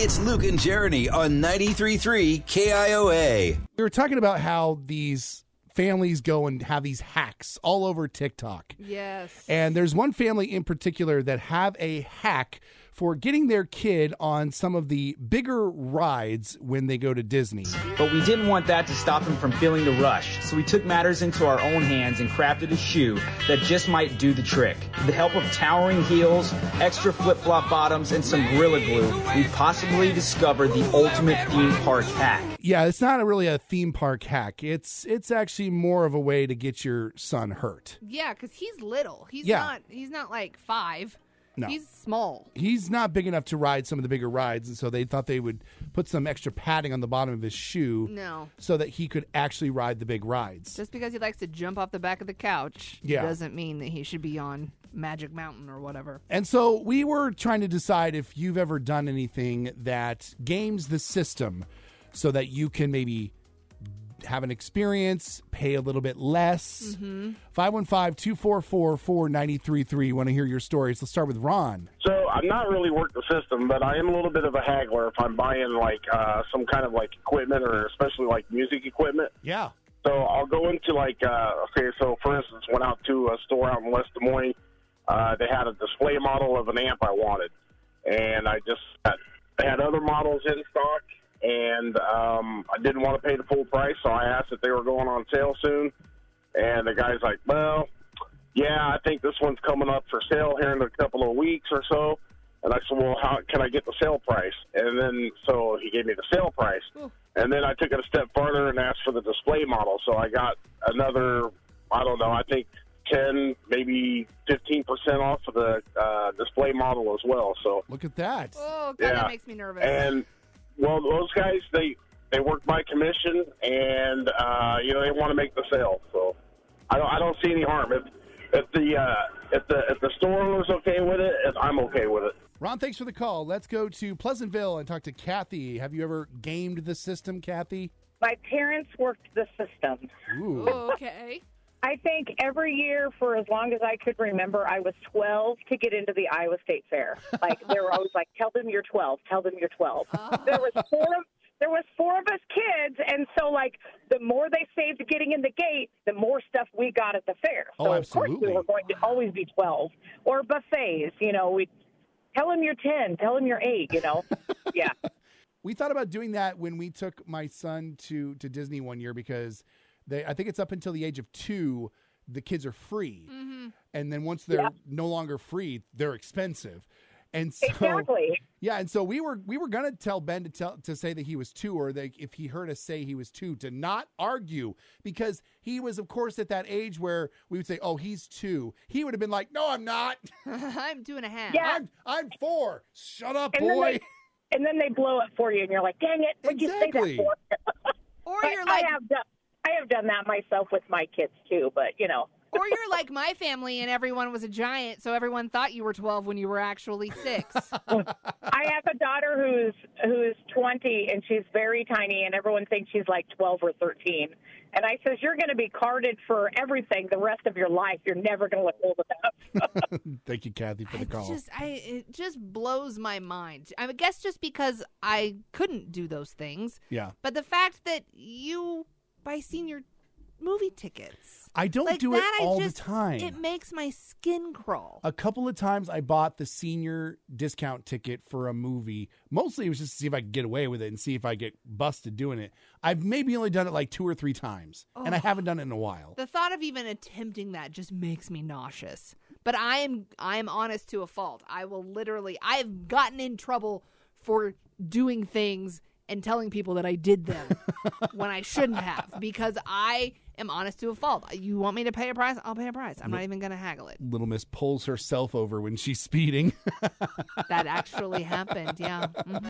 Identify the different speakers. Speaker 1: It's Luke and Jeremy on 93.3 KIOA.
Speaker 2: We were talking about how these families go and have these hacks all over TikTok.
Speaker 3: Yes.
Speaker 2: And there's one family in particular that have a hack for getting their kid on some of the bigger rides when they go to Disney.
Speaker 4: But we didn't want that to stop him from feeling the rush, so we took matters into our own hands and crafted a shoe that just might do the trick. With the help of towering heels, extra flip flop bottoms, and some Gorilla Glue, we possibly discovered the ultimate theme park hack.
Speaker 2: Yeah, it's not really a theme park hack. It's it's actually more of a way to get your son hurt.
Speaker 3: Yeah, because he's little. He's
Speaker 2: Yeah.
Speaker 3: not. He's not like five.
Speaker 2: No.
Speaker 3: He's small.
Speaker 2: He's not big enough to ride some of the bigger rides, and so they thought they would put some extra padding on the bottom of his shoe
Speaker 3: No.
Speaker 2: so that he could actually ride the big rides.
Speaker 3: Just because he likes to jump off the back of the couch
Speaker 2: Yeah.
Speaker 3: doesn't mean that he should be on Magic Mountain or whatever.
Speaker 2: And so we were trying to decide if you've ever done anything that games the system so that you can maybe have an experience, pay a little bit less. 515 244 4933. Want to hear your stories? Let's start with Ron.
Speaker 5: So I'm not really work the system, but I am a little bit of a haggler if I'm buying like uh, some kind of like equipment or especially like music equipment.
Speaker 2: Yeah.
Speaker 5: So I'll go into like uh, okay, so for instance, went out to a store out in West Des Moines. Uh, they had a display model of an amp I wanted, and I just they had other models in stock, and um, I didn't want to pay the full price, so I asked if they were going on sale soon, and the guy's like, well, yeah, I think this one's coming up for sale here in a couple of weeks or so. And I said, well, how can I get the sale price? And then so he gave me the sale price. And then I took it a step further and asked for the display model. So I got another, I don't know, I think 10, maybe 15% off of the uh, display model as well. So
Speaker 2: Look at that.
Speaker 3: Oh, God,
Speaker 5: Yeah.
Speaker 3: that makes me nervous.
Speaker 5: and well, those guys they they work by commission, and uh, you know they want to make the sale. So I don't I don't see any harm if if the uh, if the if the store owner's okay with it, if I'm okay with it.
Speaker 2: Ron, thanks for the call. Let's go to Pleasantville and talk to Kathy. Have you ever gamed the system, Kathy?
Speaker 6: My parents worked the system.
Speaker 2: Ooh.
Speaker 3: Oh, okay.
Speaker 6: I think every year for as long as I could remember, I was 12 to get into the Iowa State Fair. Like they were always like, "Tell them you're 12. Tell them you're 12." There was four. Of, there was four of us kids, and so like the more they saved getting in the gate, the more stuff we got at the fair.
Speaker 2: Oh,
Speaker 6: So of course
Speaker 2: absolutely.
Speaker 6: we were going to always be 12 or buffets. You know, we tell them you're 10. Tell them you're eight. You know, yeah.
Speaker 2: we thought about doing that when we took my son to to Disney one year because they I think it's up until the age of two the kids are free,
Speaker 6: Mm-hmm.
Speaker 2: and then once they're no longer free, they're expensive, and so
Speaker 6: Exactly.
Speaker 2: yeah, and so we were we were gonna tell Ben to tell to say that he was two, or that if he heard us say he was two, to not argue because he was of course at that age where we would say, oh, he's two, he would have been like, no, I'm not,
Speaker 3: I'm doing a half.
Speaker 6: Yeah.
Speaker 2: I'm I'm four, shut up,
Speaker 6: And then
Speaker 2: boy.
Speaker 6: they- And then they blow it for you, and you're like, "Dang it! What'd you
Speaker 2: Exactly.
Speaker 6: say that for?"
Speaker 3: Or
Speaker 6: But
Speaker 3: you're like,
Speaker 6: I have done, I have done that myself with my kids too, but you know,
Speaker 3: or you're like my family, and everyone was a giant, so everyone thought you were 12 when you were actually six.
Speaker 6: I have a daughter who's who's 20 and she's very tiny and everyone thinks she's like 12 or 13. And I says you're going to be carded for everything the rest of your life. You're never going to look old enough.
Speaker 2: Thank you, Kathy, for the
Speaker 3: It
Speaker 2: call.
Speaker 3: just I it just blows my mind. I guess just because I couldn't do those things,
Speaker 2: yeah.
Speaker 3: but the fact that you buy senior movie tickets
Speaker 2: I don't
Speaker 3: like
Speaker 2: do it
Speaker 3: that, I
Speaker 2: all
Speaker 3: just,
Speaker 2: the time.
Speaker 3: It makes my skin crawl.
Speaker 2: a couple of times I bought the senior discount ticket for a movie. Mostly it was just to see if I could get away with it and see if I get busted doing it. I've maybe only done it like two or three times, and I haven't done it in a while.
Speaker 3: the thought of even attempting that just makes me nauseous. But I am I am honest to a fault. I will literally I've gotten in trouble for doing things and telling people that I did them when I shouldn't have because I am honest to a fault. You want me to pay a price? I'll pay a price. I'm not even going to haggle it.
Speaker 2: Little Miss pulls herself over when she's speeding.
Speaker 3: That actually happened. Yeah. Mhm.